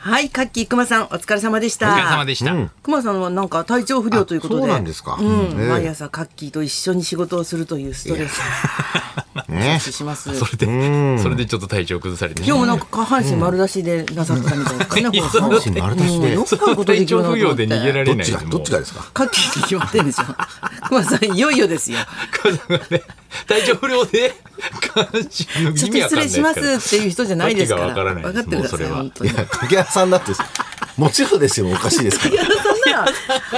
はい、カッキー熊さん、お疲れ様でした。お疲れ様でした。うん熊さんはなんか体調不良ということで。あそうなんですかうんええ毎朝カッキーと一緒に仕事をするというストレスをね察知します。それで、うんそれでちょっと体調崩されて。今日もなんか 下半身丸出しでなさってたみたいですね。うんほら阪神丸出しでうんよくそこういうこのとで体きる調なと不思っ良てで逃げらどれっないちがどっちがですかカッキーに決まってんでしょ。熊さん、いよいよですよ。家族がね体調不良で関心のちょ意っと味わか失ん礼ないですしますからっていう人じゃないですから。カッキーがわからないです分かってください、もうそれは本当いに。や竹原さんだってもちろんですよおかしいですからそんなら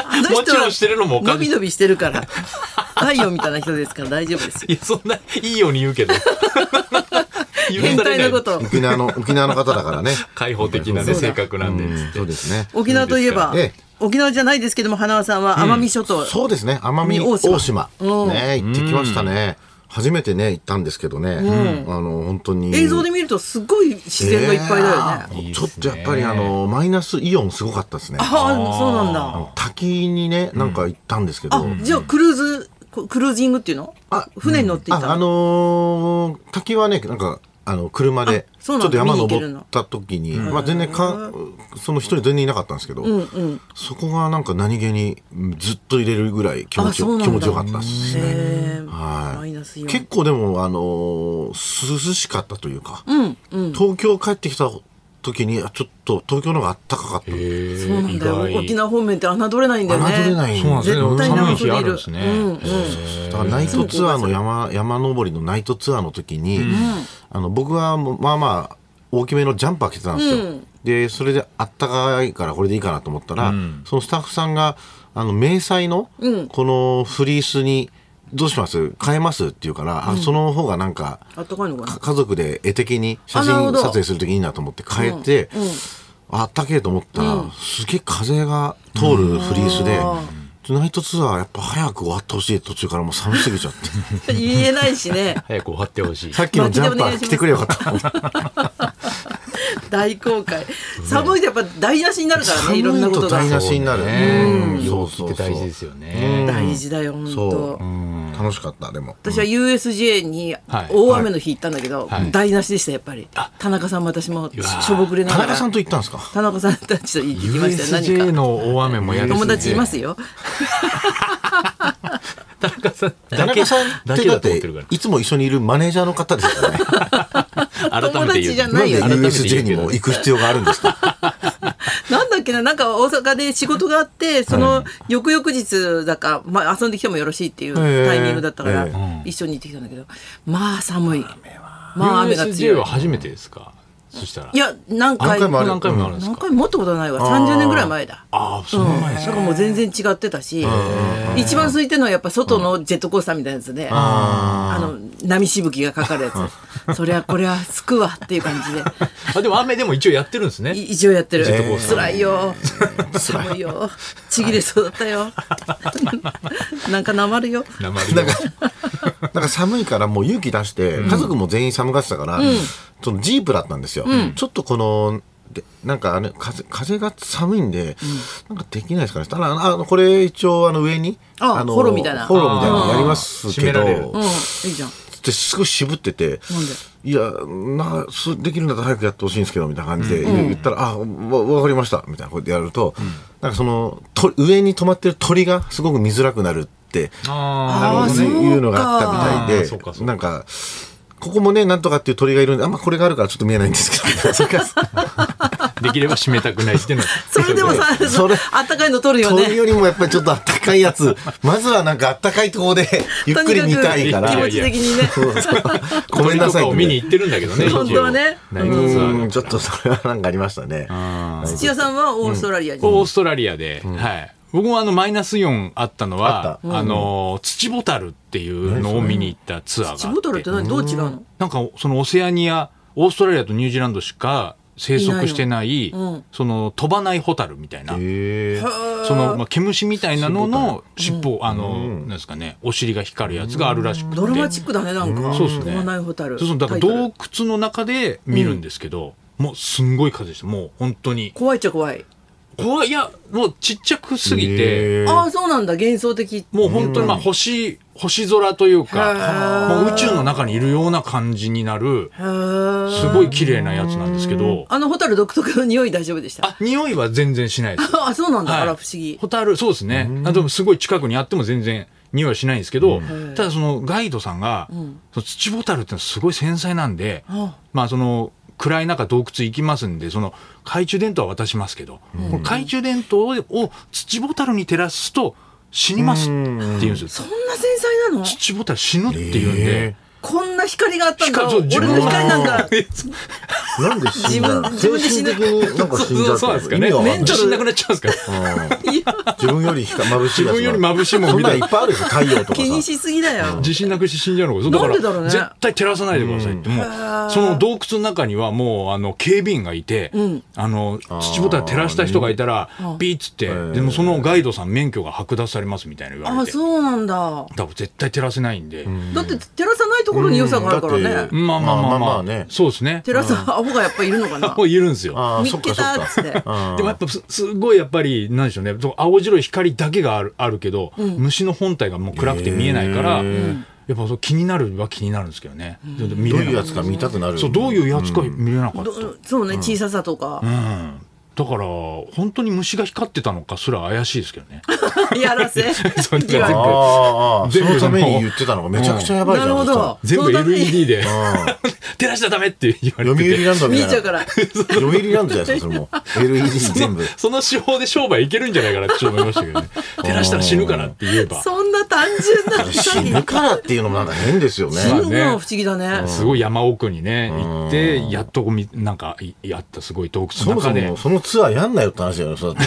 あの人はもちろんしてるのもおかしいびのびしてるから。太陽みたいな人ですから大丈夫ですよ。いやそんないいように言う けど許変され態なのいことを。沖縄の沖縄の方だからね開放的なねそうだ性格なんでうんそうですね沖縄といえばええ沖縄じゃないですけども花輪さんは奄美諸島、そうですね奄美大大島島うんね行ってきましたね初めてね行ったんですけどね、あの本当に映像で見るとすごい自然がいっぱいだよね、えいいえですちねょっとやっぱりあのマイナスイオンすごかったですねああそうなんだ滝にねなんか行ったんですけど、あじゃあクルーズこクルージングっていうのあ船に乗っていたあ、あのー滝はね、なんか、あの、車で、あちそうょなっんだと山見に行ける登のった時に、まあ全然か、その一人全然いなかったんですけど、そこがなんか何気にずっと入れるぐらい気持ちあそうなんだよ気持ちよかったですね。えーはいマイナスイオン結構でも、あのー涼しかったというか、うんうん東京帰ってきた時に、あちょっと東京の方が暖かかった。そうなんだよ沖縄方面って侮れないんだよね侮れないそうなんですね絶対寒長くいい日るあるんですねうんうんだからナイトツアーの山山登りのナイトツアーの時に、あの僕はもうまあまあ大きめのジャンパー着てたんですよ、うんでそれであったかいからこれでいいかなと思ったら、そのスタッフさんがあの迷彩のうんこのフリースにどうします買えますって言うから、あその方がなんかあったかいのか なか家族で絵的に写あなるほ真ど撮影するときいいなと思って変えて、うんうんあったけえと思ったら、すげえ風が通るフリースで、ナイトツアーやっぱ早く終わってほしい途中からもう寒すぎちゃって言えないしね早く終わってほしいさっきのジャンパー着てくれよかった大公 開寒いとやっぱ台無しになるからね寒いろんないこととが台無しになるそうねうん陽気って大事ですようんね大事だよ本そ当う、楽しかったでも私は USJ にはい大雨の日行ったんだけど、はい台無しでしたやっぱり、田中さんも私もしょぼくれな田がら中さんと行ったんですか田中さんたちと行きましたよ USJ 何かの大雨もやる友達いますすよ田中さん田中さんっだてけだだと思っっててるからいつも一緒にいるマネージャーの方ですからね 改めて言友達うとじゃ なないんよでね USJ にも行く必要があるんですかなんだっけななんか大阪で仕事があってその翌々日だか、まあ、遊んできてもよろしいっていうタイミングだったから、ええ一緒に行ってきたんだけどまあ寒いまあ雨が USJ 強いは初めてですかそしたらいや何回何回もある何回もあるんです何か回も持ったことないわ30年ぐらい前だああその前ですだかからもう全然違ってたし、一番空いてるのはやっぱ外のジェットコースターみたいなやつで、あの波しぶきがかかるやつ。そりゃこれはすくわっていう感じで、あでも雨でも一応やってるんですねい一応やってる。ジェットコースター辛い よ。寒いよ。ちぎれそうだったよ。 なんかなまるよ。鉛のなんか寒いからもう勇気出して、家族も全員寒がってたから、そのジープだったんですよ。ちょっとこの、でなんかあれ風風が寒いんで、なんかできないですかね。ただ、あの、これ一応あの上に、あの、ホロみたいなホロみたいなのやりますけあー締められどる、うん、いいじゃん。って少し渋ってて、なんでいや、な、すできるんだったら早くやってほしいんですけど、みたいな感じで言ったら、あ、わ、わかりました、みたいなこうやってやると、なんかその、と上に止まってる鳥がすごく見づらくなるって、あーあそうかいうのがあったみたあーそういかそうかで、なんか、ここもね、なんとかっていう鳥がいるんで、あんまこれがあるからちょっと見えないんですけ ど、それからできれば締めたくないっていうのはそれでもさ、 それあったかいの取るよ鳥ね。よりもやっぱりちょっとあったかいやつ、まずはなんかあったかいところで、ゆっくり見たいか気ら持、ち的にね。ごめんなさ鳥といかを見に行ってるんだけどね本当はね一応ナイトツアーうがんちょっとそれはなんかありましたね。土屋さんはオーストラリアに。オーストラリアで、はい。僕もあのマイナスイオンあったのあはっ、あの、土ボタルっていうのを見に行ったツアーがあって。チボトルって何どう違うのなんかそのオセアニア、オーストラリアとニュージーランドしか生息してない、いのうんその飛ばないホタルみたいな、へーその、まあ、毛虫みたいなのの尻尾、あの、なんですかね、お尻が光るやつがあるらしくて。ドラマチックだね、なんか。そうっすね飛ばないホタル。そうそうだからタイト洞ル窟の中で見るんですけど、もうすんごい風でした。もう本当に怖いっちゃ怖い。怖いいやもうちっちゃくすぎて、へーああ、そうなんだ。幻想的。もう本当にまあ星、星空といへうーか、もう宇宙の中にいるような感じになる、へーすごい綺麗なやつなんですけど、あの、ホタル独特の匂い大丈夫でしたあ、匂いは全然しないです。 あ、そうなんだ。はいあら、不思議。ホタル、そうですね。あでもすごい近くにあっても全然匂いはしないんですけど、ただそのガイドさんが、その土ボタルってのはすごい繊細なんで、あまあその、暗い中洞窟行きますんで、その懐中電灯は渡しますけど、この懐中電灯を土ボタルに照らすと死にますって言うんですそよ。んな繊細なの土ボタル死ぬって言うんで、えこんな光があったんだ。光そう俺自分の光なんだ。 ーなんで死んだの自精分神的になんか死んじそううゃってそうなんですかね。意味ちょわかっんないとしなくなっちゃうん ですか。自分より光眩しい自やつ分より眩しいもんそん見なたんいっぱいあるでしょ太陽とか気にさしすぎだよ。自信なくして死んじゃうのなか。んでだろうねから絶対照らさないでくださいって。もうその洞窟の中にはもうあの警備員がいてん、あの土ボタン照らした人がいたらピーッつって、んでもそのガイドさん免許が剥奪されますみたいな言わあ、れて。そうなんだ。多分絶対照らせないんで。だって、照らさないところに良さがあるからうんだっねて。まあまあまあまあまあままああねそうですね。照らさ、アホがやっぱいるのかな。もういるんですよ。あー見そっっけかそたーっかっつって。うんでもやっぱすすごいやっぱりなんでしょうねそう青白い光だけがあるあるけど、虫の本体がもう暗くて見えないから、へーやっぱそう気になるは気になるんですけどね、でで見どうれいうなやかつっか見たくなたるそうどういうやつか見れなかった、うんどそうね、小ささとか。だから本当に虫が光ってたのかすら怪しいですけど ねやらせ。それがいや全部あーあー全そ部のために言ってたのがめちゃくちゃやばいじゃなんるほそしたらど。全そ部のために LED で うん照らしちゃダメって言われ読て売てランドみ見たいえちゃなうから。読売ランドじゃないですかそれも LED 全部その手法で商売いけるんじゃないかなってちょっと思いましたけ どね照らしたら死ぬからって言えばそんな単純な死ぬからっていうのもなんか変ですよね死ぬのは不思議だね。すごい山奥にね、行っうてん、やっとこうみ、なんか、いやったすごい洞窟そのもそ中で、もそのツアーやんなよって話だよねそうだっ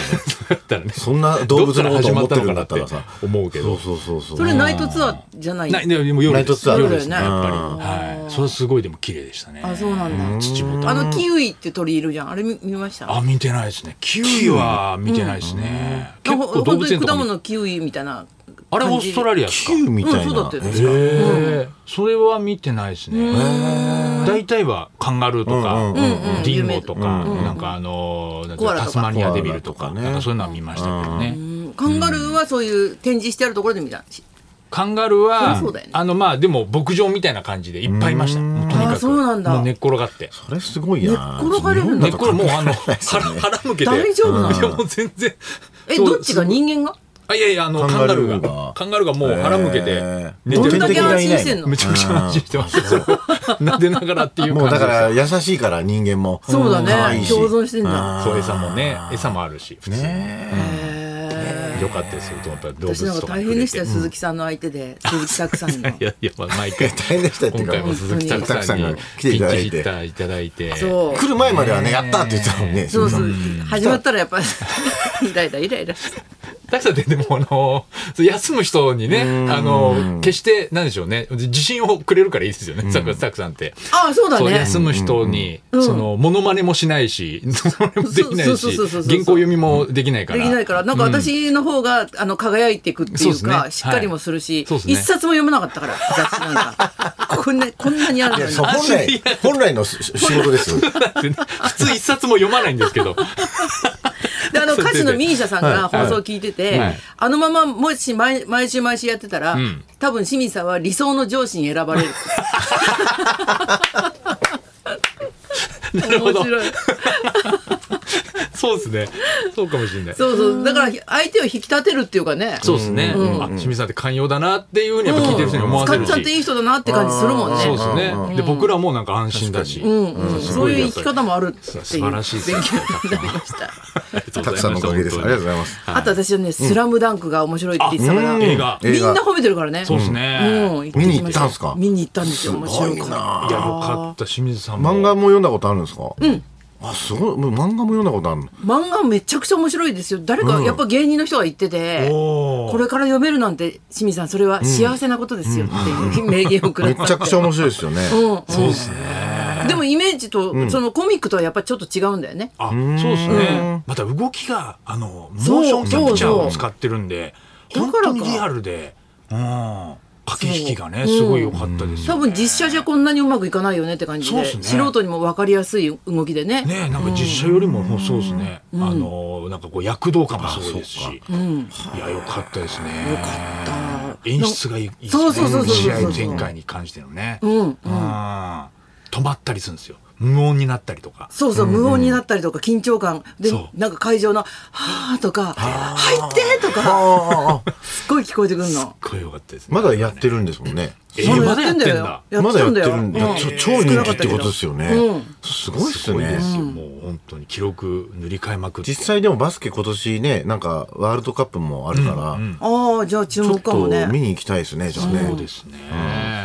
てだったらね、そんな動物のこと思ってるんだったらどっさから始まったのかなって思うけそうど。そうそうそうそれナイトツアーじゃない。ないでも夜ナイトですツアー夜ですね、夜だやよっねぱり。はい。それはすごいでも綺麗でしたね。あそうなんだだ。土ボタン。あのキウイって鳥いるじゃん。あれ見見ました。あ、見てないですね。キウイは見てないですね。結ほ構ん動本物当園にと果かに物キウイみたいな。あれオーストラリアですかキューみたいうんそうだなってえへーーそれは見てないですね。大体はカンガルーとうんかううんうんん、ディンゴとか、うんうんなんかあのー、なんコアかラとかタスマニアデビルとコアか、ラとかねなんかそういうのは見ましたけどね。うんカンガルーはそういう展示してあるところで見た。カンガルーそりゃはそうだよね、あのまあでも牧場みたいな感じでいっぱいいました。もうとにあかく。そうなんだもう寝っ転がって。それすごいな寝っ転がれるんだ寝っ転もう あの、腹、 腹向けて。大丈夫なのいやもう全然。え、そうどっちが人間が？あ、いやいや、あの、カカンンガガルルーーがが、カンガルーがもう腹向けへてー、寝てどれるだけ天敵が安い心ないのしてんのめ？ちゃくちゃ安心してます。 それを撫でながらっていう感じです。もうだから優しいから人間もそうだね可愛いし共存してんだあーそう、餌もね、餌もあるし、普通に。ねへーよかったですよ、やっぱり動物私なんとかかに大触れて。変でしたようん鈴木さんの相手で鈴木拓さ んのい。や、いや、まあ毎 回。大変でしたっていう今か回も鈴木拓さんに本当にピンチヒッターいただいて。そうえ。来る前まではねやったって言ってたもんねそうそう。始まったらやっぱり イライライライラして。大したってでもあのそう休む人にねんあの決してなんでしょうね自信をくれるからいいですよねサクサクさんって。ああそうだそうね。休む人に、うんそのモノマネもしないし、 それもできなそういそうし、そう原そうそう稿読みもできないかでら。きないから、なんか私の方が、あの、輝いていくっていそううですねか、しっかりもするし、はいそうですね一冊も読まなかったから、雑誌なんか。こんな、こんなにあるいのやに。そう本 来本来の仕仕事ですよ普通一冊も読まないんですけ ど、で、あの、歌手のミーシャさんがはい放送を聞いてて、はいあのまま、もし毎、毎週毎週やってたら、ん多分清水さんは理想の上司に選ばれる。 なるほど面。白い。そうですね。そうかもしれない。そうそう。だから、相手を引き立てるっていうかね。そうですね。あ、清水さんって寛容だなっていうふうにやっぱ聞いてる人に思スわカせッるちしゃんっ。ていい人だなって感じするもんね。そうですうね。で、僕らもなんか安心だし。うんうんそういう生き方もあるっていう。素晴らしいですね勉強に なりました。たくさんのおかげですありがとうごいまざいますあと私はね、スラムダンクが面白いって言ってたから、あうんみん映画。え映画な褒めてるからね。そうですうんね。きま見に行しったんすか見に行ったんですよ。面白いすごかいないや、よかった。清水さんも。漫画も読んだことあるんですかうんあすごいもう漫画も読んだことあるのら。漫画めちゃくちゃ面白いですよ。誰か、うんやっぱ芸人の人が言ってて、おーこれから読めるなんて、清水さん、それは幸せなことですよっていう名言をくめれちたゃくちゃ面白いですよね うん、そうですね。でもイメージと、そのコミックとはやっぱちょっと違うんだよね。あ、そうですうんね。また動きが、あの、モそうーションキャプチャーを使ってるんで、そうそう本当にリアルで、うん。駆け引きがねすごい良かったです多よ、ね分実写じゃこんなにうまくいかないよねって感じそうでっすね素人にも分かりやすい動きでねねえなんか実写よりももうそうですね、あのなんかこう躍動感もすごいですし、いや良かったですね良かあー演出がいいいいですそうそうそうそう試合展開に関してのね、んうんあー止まったりするんですよ無音になったりとかそうそう、無音になったりとか緊張感でそなんか会場の「はあ」とか「入って」とかああすっごい聞こえてくるの。これ良かったですねまだやってるんですもんね。えそーうまだやってんだやってまだやたっんてだよ。るんだ。ちょ少超人なか気ったてけどことですよねうん。すごいっすすごいねで。すよ、もう本当に記録塗り替えまくって実際でもバスケ今年ね、なんかワールドカップもあるから、ああ、じゃあ注ちょっ目かもとね。見に行きたいですね、じゃあそうねで。すね、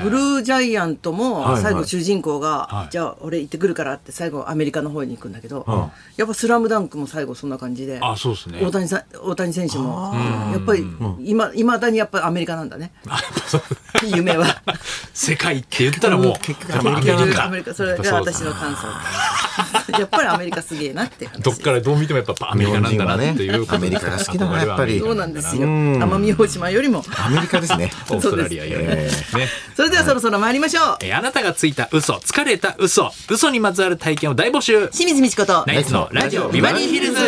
ブルージャイアントはいもはい最後主人公が、はいじゃあ俺行ってくるからって最後アメリカの方に行くんだけど、んやっぱ「スラムダンクも最後そんな感じであそうですね大谷さん大谷選手もやっぱり今いまだにやっぱりアメリカなんだねあやっぱそう夢は世界って言ったらもう結局やっぱアメリカそれがやっぱ私そうの感想 やっぱりアメリカすげえなって話どっからどう見てもやっぱアメリカなんだなっていうこと日本人はねアメリカが好きだなやっぱりそうなんですよよ奄美大島よりもアメリカですね。オーストラリアよりもねそれではそろそろ参りましょうえーあなたがついた嘘疲れた嘘嘘にまつわる体験を大募集清水美智子とナイツのラジオビバリーヒルズ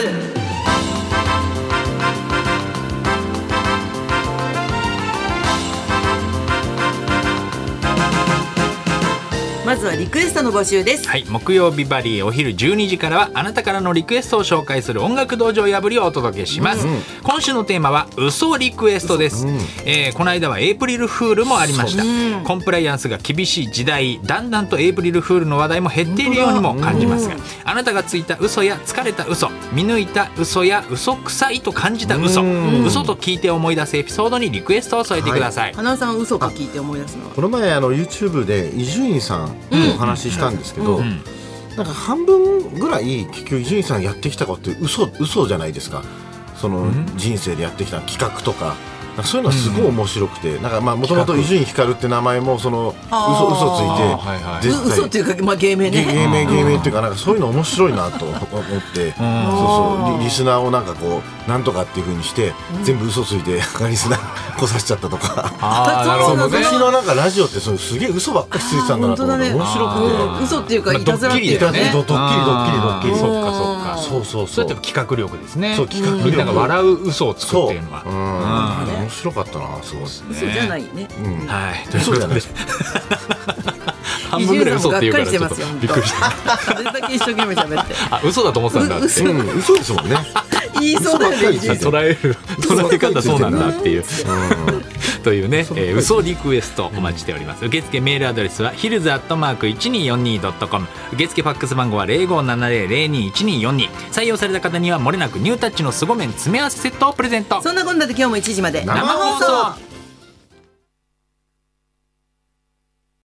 まずはリクエストの募集ですはい木曜日バリーお昼12時からはあなたからのリクエストを紹介する音楽道場破りをお届けします、今週のテーマは嘘リクエストです、えーこの間はエイプリルフールもありました、コンプライアンスが厳しい時代だんだんとエイプリルフールの話題も減っているようにも感じますが、あなたがついた嘘や疲れた嘘見抜いた嘘や嘘臭いと感じた嘘、嘘と聞いて思い出すエピソードにリクエストを添えてください、花尾さんは嘘か聞いて思い出すのはこの前あの YouTube で伊集院さんのお話ししたんですけど、んなんか半分ぐらい結局伊集院さんやってきたことって嘘嘘じゃないですかその人生でやってきた企画とか。なんかそういうのはすごい面白くて、なんかまあもともと伊集院光って名前もその嘘嘘ついて、あーはいはいう絶対嘘っていうかまあ芸名芸ね名芸名っていうかなんかそういうの面白いなと思って、そうそうリリスナーをなんかこうなんとかっていう風にして、全部嘘ついてリスナー 来させちゃったと か。あーなるそほうどね昔のなんかラジオってそうすげえ嘘ばっかりついてたんだなと思ってあー面本白くうん嘘っていうかまあいたずらっていうかねドッキリドッキリドッキリドッキリあーそっかそっかてそうそうそそううやって企画力ですねそう企画力みんなが笑う嘘をつくっそうていうのはうんは面白かったなすごい嘘じゃないねうんはいという嘘こじゃとないで 半分ぐらい嘘って言うからちょっとびっくりしたたどれだけ一生懸命喋ってあ嘘だと思ってたんだっうて嘘うん嘘ですもんね言いそうだよね嘘ばっかり捉える捉え方そうなんだっていうというね、えー、嘘リクエストお待ちしております受付メールアドレスはヒルズアットマーク 1242.com 受付ファックス番号は0570021242採用された方にはもれなくニュータッチの凄麺詰め合わせセットをプレゼントそんなこんなで今日も1時まで生放送